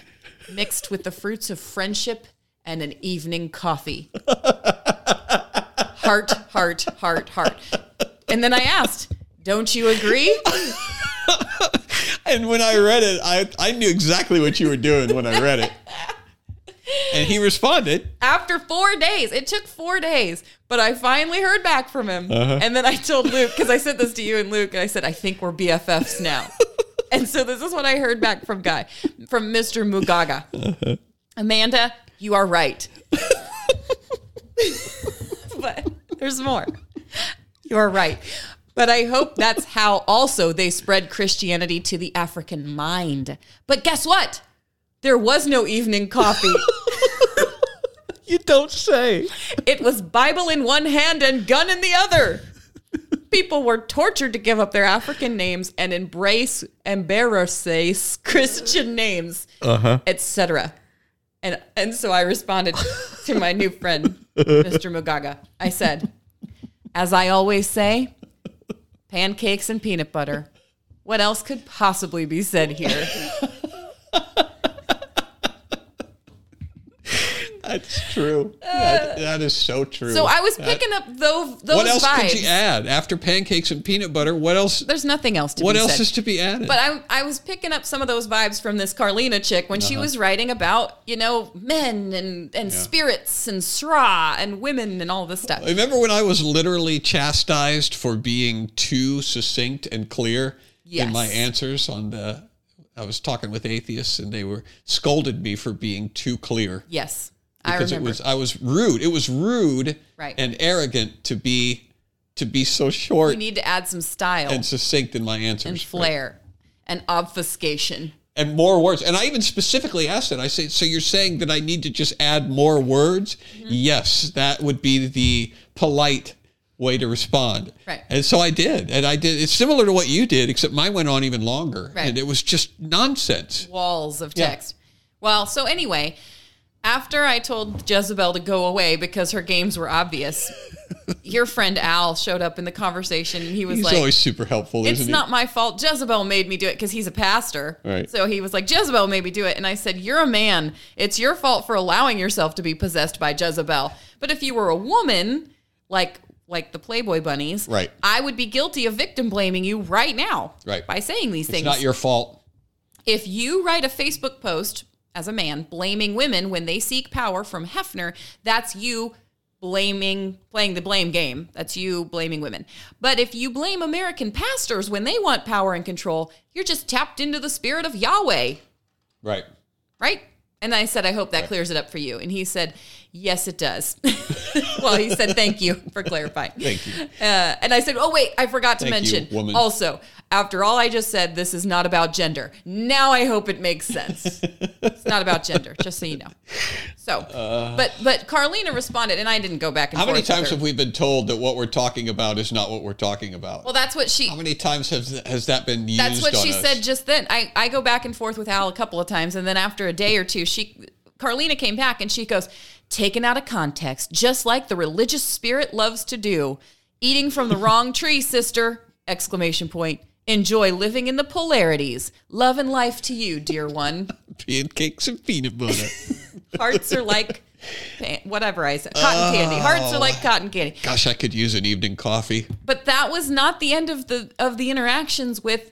mixed with the fruits of friendship and an evening coffee. Heart, heart, heart, heart. And then I asked, Don't you agree? And when I read it, I, I knew exactly what you were doing when I read it. And he responded. after four days. It took four days, but I finally heard back from him. And then I told Luke, because I sent this to you and Luke, and I said, I think we're BFFs now. and so this is what I heard back from Guy, from Mr. Mugaga. Amanda, you are right. but there's more. You are right. But I hope that's how also they spread Christianity to the African mind. But guess what? There was no evening coffee. You don't say. It was Bible in one hand and gun in the other. people were tortured to give up their African names and embrace embarrass Christian names, Uh-huh. etc. And and so I responded to my [LAUGHS] new friend, Mr. Mugaga. I said, as I always say, pancakes and peanut butter. What else could possibly be said here? That's true. That- that is so true. Uh, So I was picking up those those what else vibes. could you add after pancakes and peanut butter? What else? There's nothing else to What be else said. is to be added? But I, I was picking up some of those vibes from this Carlina chick when Uh-huh. she was writing about, you know, men and, and spirits and straw and women and all this stuff. Remember when I was literally chastised for being too succinct and clear Yes. in my answers on the I was talking with atheists and they were scolded me for being too clear yes, I because remember. it was I was rude. It was rude Right. and arrogant to be to be so you short need to add some style and and, succinct in my answers. flair and obfuscation. and more words. And I even specifically asked it. I said, "So you're saying that I need to just add more words?" Mm-hmm. Yes, that would be the polite way to respond. Right. And so I did, and I did. It's similar to what you did, except mine went on even longer, Right. and it was just nonsense. walls of text. Well, so anyway, after I told Jezebel to go away because her games [LAUGHS] were obvious, your friend Al showed up in the conversation and he was He's like, always super helpful, It's isn't not my fault. Jezebel made me do it because he's a pastor. Right. So he was like, Jezebel made me do it. And I said, You're a man. It's your fault for allowing yourself to be possessed by Jezebel. But if you were a woman, like like the Playboy bunnies, Right. I would be guilty of victim blaming you right now. Right. By saying these he? things. It's not your fault. If you write a Facebook post as a man blaming women when they seek power from Hefner, that's you blaming playing the blame game. That's you blaming women. But if you blame American pastors when they want power and control, you're just tapped into the spirit of Yahweh, Right. right? And I said, I hope that clears it up for you. And he said, Yes, it does. [LAUGHS] well, he said, Thank you for clarifying. [LAUGHS] [LAUGHS] Thank you. Uh, and I said, "Oh wait, I forgot to Thank you, mention. woman. Also, after all I just said, this is not about gender. Now I hope it [LAUGHS] makes sense. it's not about gender, just so you know. So, but but Carlina responded, and I didn't go back and Uh. How many forth with times her. have we been told that what we're talking about is not what we're talking about? Well, that's what she. How many times has has that been used? That's what on she us? said just then. I, I go back and forth with Al a couple of times, and then after a day or two, she Carlina came back and she goes, taken out of context, just like the religious spirit loves to do. Eating from the wrong tree, sister! Exclamation point. Enjoy living in the polarities. Love and life to you, dear one. Pancakes and peanut [LAUGHS] butter. Hearts are like pan- whatever I said. Cotton candy. Hearts are like cotton candy. Gosh, I could use an evening coffee. but that was not the end of the of the interactions with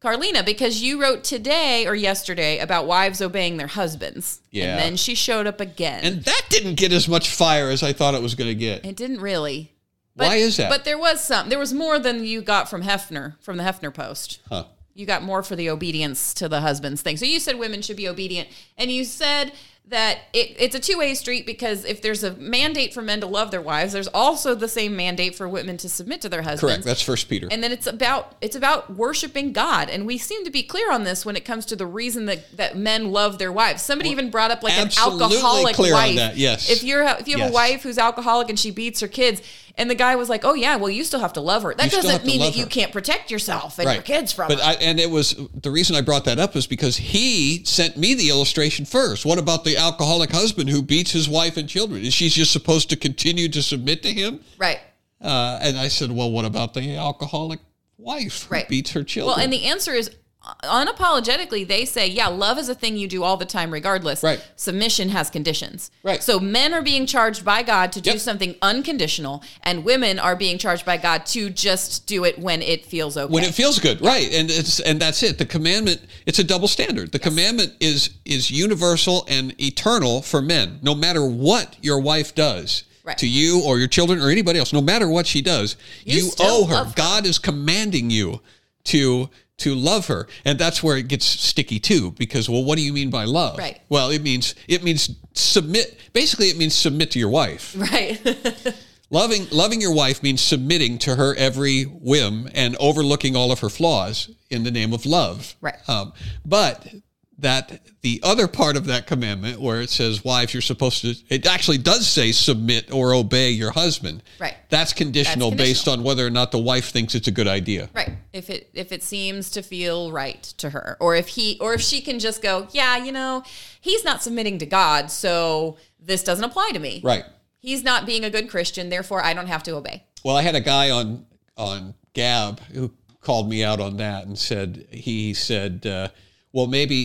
Carlina because you wrote today or yesterday about wives obeying their husbands. Yeah. And then she showed up again. And that didn't get as much fire as I thought it was going to get. it didn't really. Why is that? But there was some. There was more than you got from Hefner, from the Hefner post. Huh. You got more for the obedience to the husband's thing. So you said women should be obedient. And you said that it, it's a two way street because if there's a mandate for men to love their wives, there's also the same mandate for women to submit to their husbands. Correct. That's First Peter. and then it's about it's about worshiping God, and we seem to be clear on this when it comes to the reason that that men love their wives. Somebody even brought up like an absolutely alcoholic clear on wife. that, yes. if you're if you Yes. have a wife who's alcoholic and she beats her kids, and the guy was like, "Oh yeah, well you still have to love her." That still have doesn't to mean love that you her. can't protect yourself and your kids from but her. I, and it was the reason I brought that up is because he sent me the illustration first. What about the alcoholic husband who beats his wife and children? Is she just supposed to continue to submit to him? right, Uh, and I said, well, what about the alcoholic wife who Right. beats her children? Well, and the answer is uh, unapologetically, they say, yeah, love is a thing you do all the time, regardless. Right. Submission has conditions. Right. So men are being charged by God to do Yep. something unconditional, and women are being charged by God to just do it when it feels okay. when [LAUGHS] it feels good right and it's and that's it the commandment it's a double standard the commandment is is universal and eternal for men no matter what your wife does Right. to you or your children or anybody else no matter what she does You you, still owe her love her. god is commanding you to to love her and that's where it gets sticky too because well what do you mean by love Right. well it means it means submit basically it means submit to your wife [LAUGHS] right. Loving loving your wife means submitting to her every whim and overlooking all of her flaws in the name of love. Right. Um, but that the other part of that commandment where it says wives you're supposed to it actually does say submit or obey your husband Right. that's conditional, That's based on whether or not the wife thinks it's a good idea Right. If it if it seems to feel right to her or if he or if she can just go, yeah, you know, he's not submitting to God, so this doesn't apply to me. right He's not being a good Christian, therefore I don't have to obey. well i had a guy on on gab who called me out on that and said he said uh, well maybe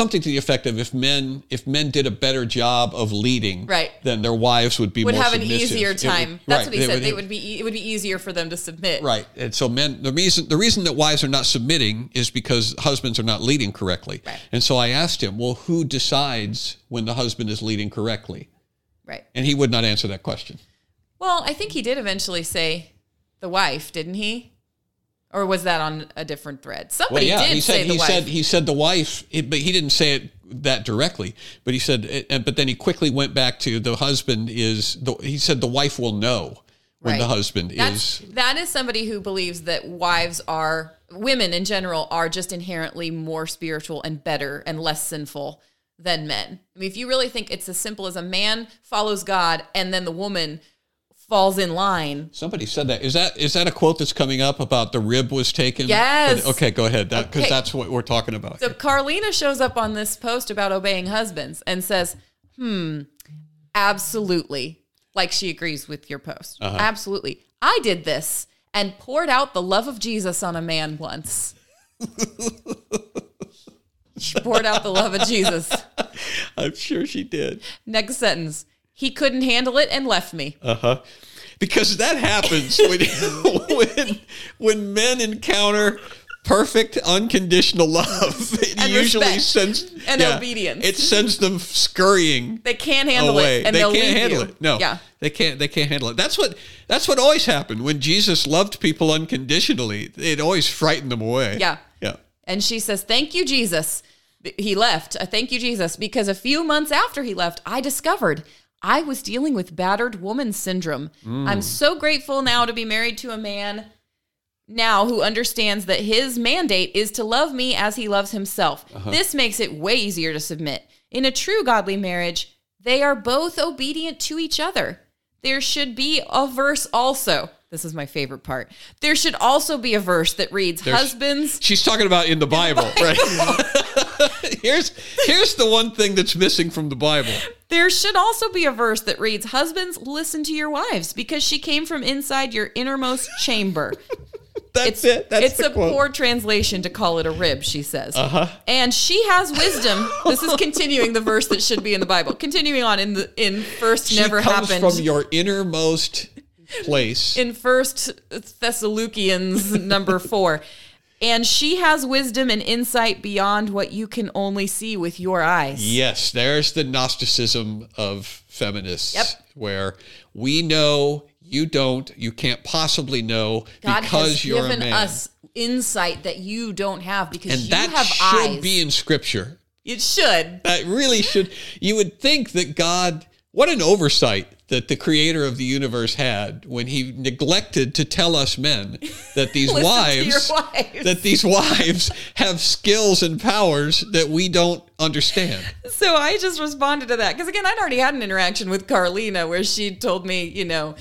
something to the effect of if men if men did a better job of leading Right. then their wives would be Would more have an submissive. easier It would- time. That's right, what he said. they would be e- it would be easier for them to submit. Right. And so men the reason the reason that wives are not submitting is because husbands are not leading correctly. Right. And so I asked him, "Well, who decides when the husband is leading correctly?" Right. And he would not answer that question. Well, I think he did eventually say the wife, didn't he? Or was that on a different thread? Well, Somebody yeah, did he said say the he wife. said he said the wife, it, but he didn't say it that directly. But he said it- and but then he quickly went back to the husband is the, he said the wife will know when the Right. husband That's, is that is somebody who believes that wives are women in general are just inherently more spiritual and better and less sinful than men. I mean, if you really think it's as simple as a man follows God and then the woman falls in line, Somebody said that. Is that is that a quote that's coming up about the rib was taken? Yes. Okay, go ahead. That because Okay. that's what we're talking about. So Carlina shows up on this post about obeying husbands and says, "Hmm, absolutely." Like she agrees with your post. Uh-huh. Absolutely. I did this and poured out the love of Jesus on a man [LAUGHS] once. she poured out the love of Jesus. [LAUGHS] I'm sure she did. Next sentence. He couldn't handle it and left me. Uh, Because that happens when when [LAUGHS] when men encounter perfect unconditional love. [LAUGHS] It And usually respect sends and obedience. It sends them scurrying they can't handle away. it and oh, they will can't leave handle you. it. No. Yeah. They can't they can't handle it. That's what that's what always happened. When Jesus loved people unconditionally, it always frightened them away. Yeah. Yeah. And she says, Thank you, Jesus. B- He left. Uh, Thank you, Jesus. Because a few months after he left, I discovered I was dealing with battered woman syndrome. I'm so grateful now to be married to a man now who understands that his mandate is to love me as he loves himself. This makes it way easier to submit. In a true godly marriage, they are both obedient to each other. There should be a verse also. This is my favorite part. There should also be a verse that reads, Husbands, She's talking about in the Bible, right? [LAUGHS] here's here's the one thing that's missing from the Bible. There should also be a verse that reads, Husbands, listen to your wives because she came from inside your innermost chamber. [LAUGHS] That's it. That's it's the a quote. poor translation to call it a rib, she says. Uh-huh. And she [LAUGHS] has wisdom. this is continuing the verse that should be in the Bible. Continuing on in the in first She never comes happened. from your innermost place. in first Thessalonians [LAUGHS] number 4. And she has wisdom and insight beyond what you can only see with your eyes. yes, there's the Gnosticism of feminists, Yep. where we know you don't, you can't possibly know God because has you're given a man. us insight that you don't have because and you that have should eyes. be in scripture. it should. That really should. You would think that God, what an oversight that the creator of the universe had when he neglected to tell us men [LAUGHS] that these Listen to wives, your [LAUGHS] wives. that these wives have skills and powers that we don't understand. So I just responded to that because again, I'd already had an interaction with Carlina where she told me, you know,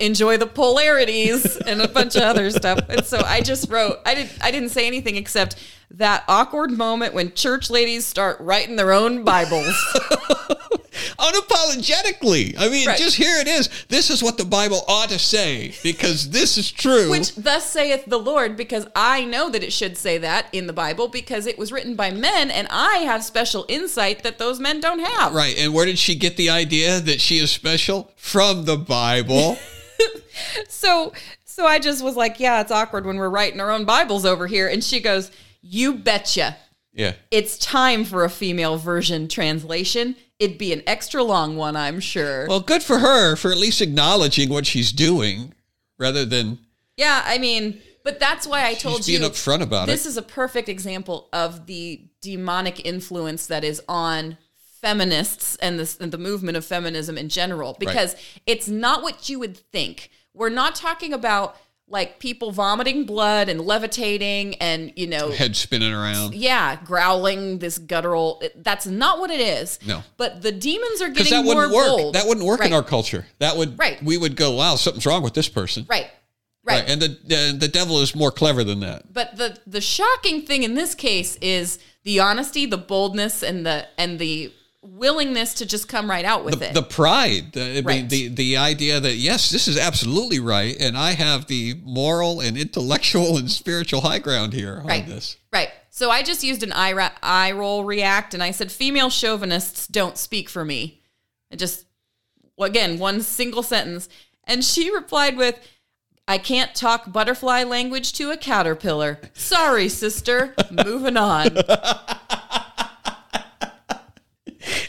enjoy the polarities [LAUGHS] and a bunch of other stuff. And so I just wrote, I didn't, I didn't say anything except that awkward moment when church ladies start writing their own Bibles. Unapologetically. I mean, Right. just here it is. This is what the Bible ought to say because this is true. Which thus saith the Lord, because I know that it should say that in the Bible, because it was written by men, and I have special insight that those men don't have. Right, and where did she get the idea that she is special? From the [LAUGHS] Bible. So so I just was like, yeah, it's awkward when we're writing our own Bibles over here. And she goes, You betcha. yeah. It's time for a female version translation. It'd be an extra long one, I'm sure. Well, good for her for at least acknowledging what she's doing rather than yeah, I mean, but that's why I told just being you upfront about this it. is a perfect example of the demonic influence that is on feminists and this and the movement of feminism in general because it's not what you would think. We're not talking about like people vomiting blood and levitating and [LAUGHS] you know head spinning around. yeah growling this guttural it- that's not what it is No. but the demons are Because getting that more wouldn't work. gold That wouldn't work Right. in our culture. That would Right. we would go, wow, something's wrong with this person. right right, And the, the the devil is more clever than that. but the the shocking thing in this case is the honesty the boldness and the and the willingness to just come right out with the, it the pride the, I mean, Right. the the idea that yes this is absolutely right and i have the moral and intellectual and spiritual high ground here on right this right so i just used an eye, ra- eye roll react and i said female chauvinists don't speak for me i just again one single sentence and she replied with i can't talk butterfly language to a caterpillar sorry sister moving on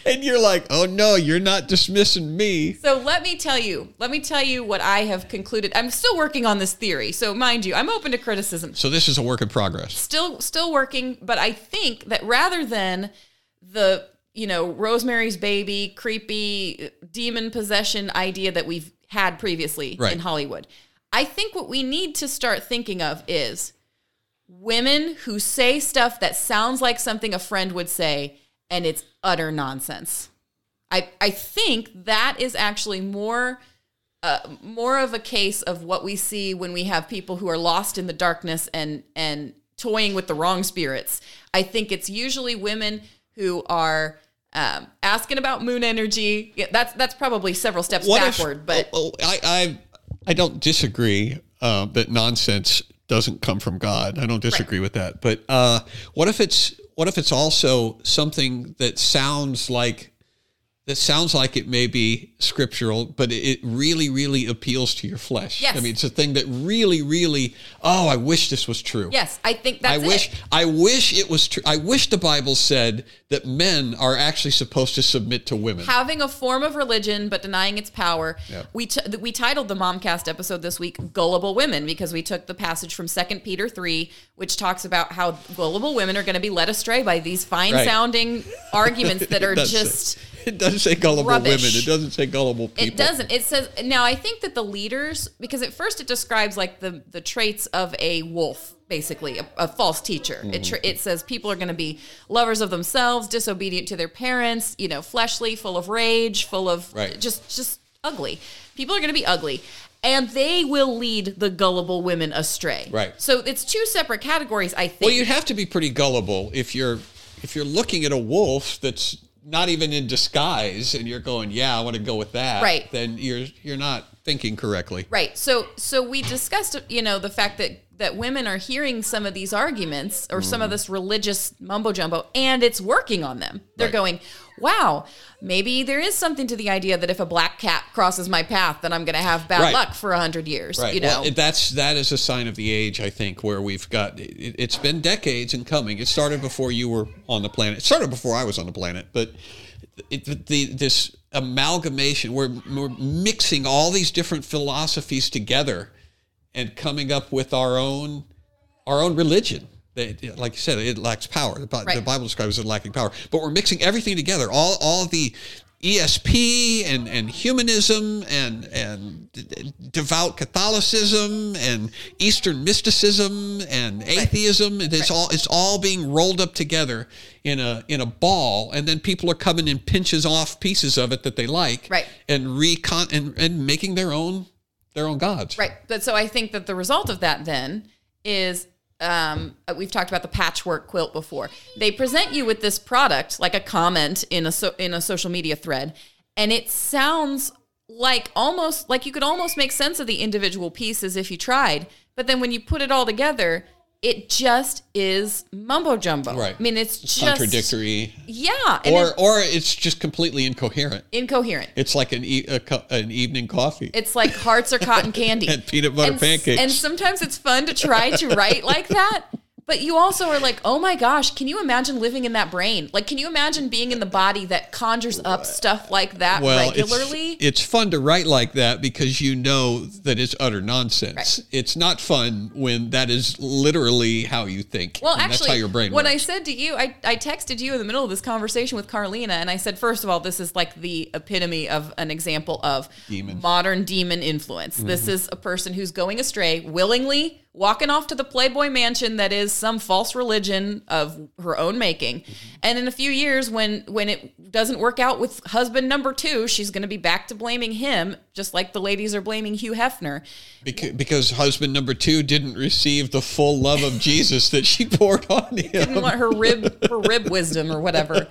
and you're like oh no you're not dismissing me So let me tell you, let me tell you what I have concluded. I'm still working on this theory. So mind you, I'm open to criticism. so this is a work in progress Still still working, but I think that rather than the, you know, Rosemary's baby creepy demon possession idea that we've had previously Right. in Hollywood. I think what we need to start thinking of is women who say stuff that sounds like something a friend would say and it's utter nonsense. I, I think that is actually more uh, more of a case of what we see when we have people who are lost in the darkness and and toying with the wrong spirits. I think it's usually women who are um, asking about moon energy. Yeah, that's that's probably several steps if- backward, but oh, oh, I, I I don't disagree um, that nonsense doesn't come from God. I don't disagree with that. But uh, what if it's what if it's also something that sounds like that sounds like it may be scriptural, but it really, really appeals to your flesh. Yes. I mean, it's a thing that really, really. Oh, I wish this was true. yes, I think that's I wish it. I wish it was true. I wish the Bible said that men are actually supposed to submit to women. having a form of religion but denying its power. Yeah. We t- th- we titled the Momcast episode this week "Gullible Women" because we took the passage from 2 Peter three, which talks about how gullible women are going to be led astray by these fine-sounding [LAUGHS] arguments that are It does say- just. it doesn't say gullible rubbish. women. It doesn't say gullible people. It doesn't. It says now. I think that the leaders, because at first it describes like the the traits of a wolf, basically a, a false teacher. It tr- it says people are going to be lovers of themselves, disobedient to their parents, you know, fleshly, full of rage, full of Right. just just ugly. People are going to be ugly. And they will lead the gullible women astray. Right. So it's two separate categories, I think. Well, you'd have to be pretty gullible if you're if you're looking at a wolf that's not even in disguise and you're going, yeah, I want to go with that. Right. Then you're you're not thinking correctly. Right. So so we discussed you know the fact that that women are hearing some of these arguments or Mm. some of this religious mumbo jumbo and it's working on them. They're Right. going, "Wow, maybe there is something to the idea that if a black cat crosses my path, then I'm going to have bad Right. luck for 100 years." You know. Well, that's that is a sign of the age, I think, where we've got. It, it's been decades in coming. It started before you were on the planet. It started before I was on the planet, but it, the this amalgamation, we're, we're mixing all these different philosophies together and coming up with our own our own religion. That, like you said, it lacks power. The, Bi- the Right. Bible describes it lacking power, but we're mixing everything together. All all the ESP and, and humanism and and d- devout Catholicism and Eastern mysticism and atheism and it's all it's all being rolled up together in a in a ball and then people are coming and pinches off pieces of it that they like Right. and recon and, and making their own their own gods Right. But so I think that the result of that then is um, we've talked about the patchwork quilt before. They present you with this product, like a comment in a so, in a social media thread, and it sounds like almost like you could almost make sense of the individual pieces if you tried. But then when you put it all together, it just is mumbo jumbo. Right. I mean, it's, just contradictory Yeah. And or it's or it's just completely incoherent. incoherent. It's like an e- a co- an evening coffee. It's like hearts or cotton [LAUGHS] candy And peanut butter and, s- pancakes. And sometimes it's fun to try to write like that, But you also are like, oh my gosh, can you imagine living in that brain? Like, can you imagine being in the body that conjures up stuff like that Well, it's- regularly? It's, fun to write like that because you know that it's utter nonsense. It's not fun when that is literally how you think. Well, and that's actually, how your brain when works. I said to you, I, I texted you in the middle of this conversation with Carlina, and I said, first of all, this is like the epitome of an example of modern demon influence. Mm-hmm. This is a person who's going astray willingly, walking off to the Playboy mansion that is some false religion of her own making. Mm-hmm. And in a few years, when when it doesn't work out with husband number two, she's going to be back to blaming him, just like the ladies are blaming Hugh Hefner. Beca- because husband number two didn't receive the full love of Jesus that she [LAUGHS] poured on him. Didn't want her rib [LAUGHS] her rib wisdom or whatever.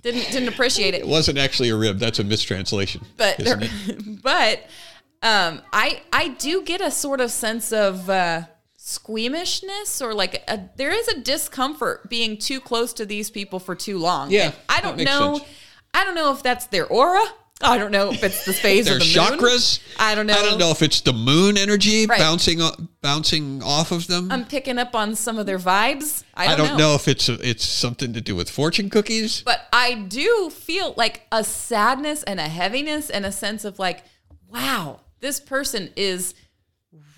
Didn't didn't appreciate it. It wasn't actually a rib. That's a mistranslation. but isn't there- it? [LAUGHS] but um, I I do get a sort of sense of uh, squeamishness or like a, there is a discomfort being too close to these people for too long. Yeah, And I that don't makes know. sense. I don't know if that's their aura. I don't know if [LAUGHS] it's the phase their of the moon. chakras. I don't know. I don't know if it's the moon energy Right. bouncing o- bouncing off of them. I'm picking up on some of their vibes. I I don't, don't know. if it's it's something to do with fortune cookies. But I do feel like a sadness and a heaviness and a sense of like, wow, this person is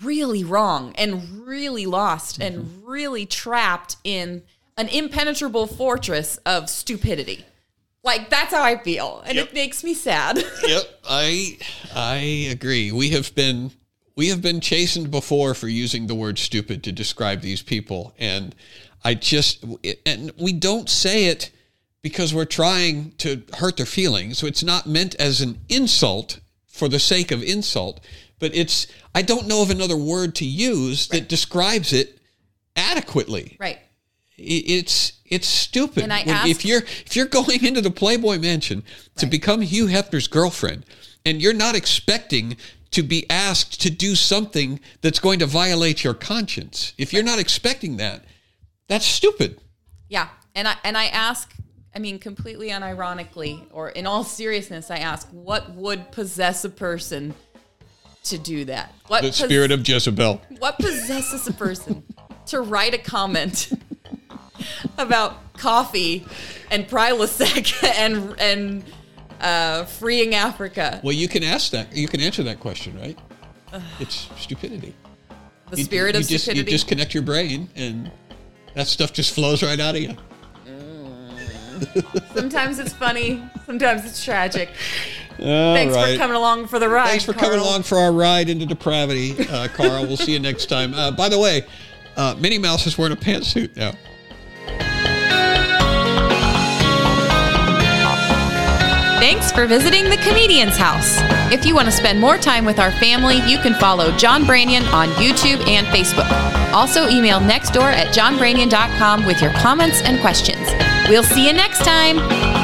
really wrong and really lost Mm-hmm. and really trapped in an impenetrable fortress of stupidity. Like that's how I feel. And it makes me sad. [LAUGHS] yep, I I agree. We have been we have been chastened before for using the word stupid to describe these people, and I just and we don't say it because we're trying to hurt their feelings. So it's not meant as an insult for the sake of insult, but it's I don't know of another word to use that describes it adequately right. i- it's it's stupid. And I When- if asked- you're if you're going into the Playboy Mansion to become Hugh Hefner's girlfriend, and you're not expecting to be asked to do something that's going to violate your conscience, if you're not expecting that, that's stupid. Yeah. And I and I ask, I mean, completely unironically or in all seriousness, I ask, what would possess a person to do that? What The pos- spirit of Jezebel. What possesses a person to write a comment about coffee and Prilosec and and uh, freeing Africa? Well, you can ask that. You can answer that question, right? It's stupidity. The You- spirit you of just, stupidity. You disconnect your brain, and that stuff just flows right out of you. sometimes it's funny, sometimes it's tragic. Thanks for coming along for the ride. Thanks for coming Carl. along for our ride into depravity, uh, Carl. we'll see you next time. Uh, by the way, uh, Minnie Mouse is wearing a pantsuit now. Thanks for visiting the Comedian's House. If you want to spend more time with our family, you can follow John Branion on YouTube and Facebook. Also, email nextdoor at johnbranion.com with your comments and questions. We'll see you next time.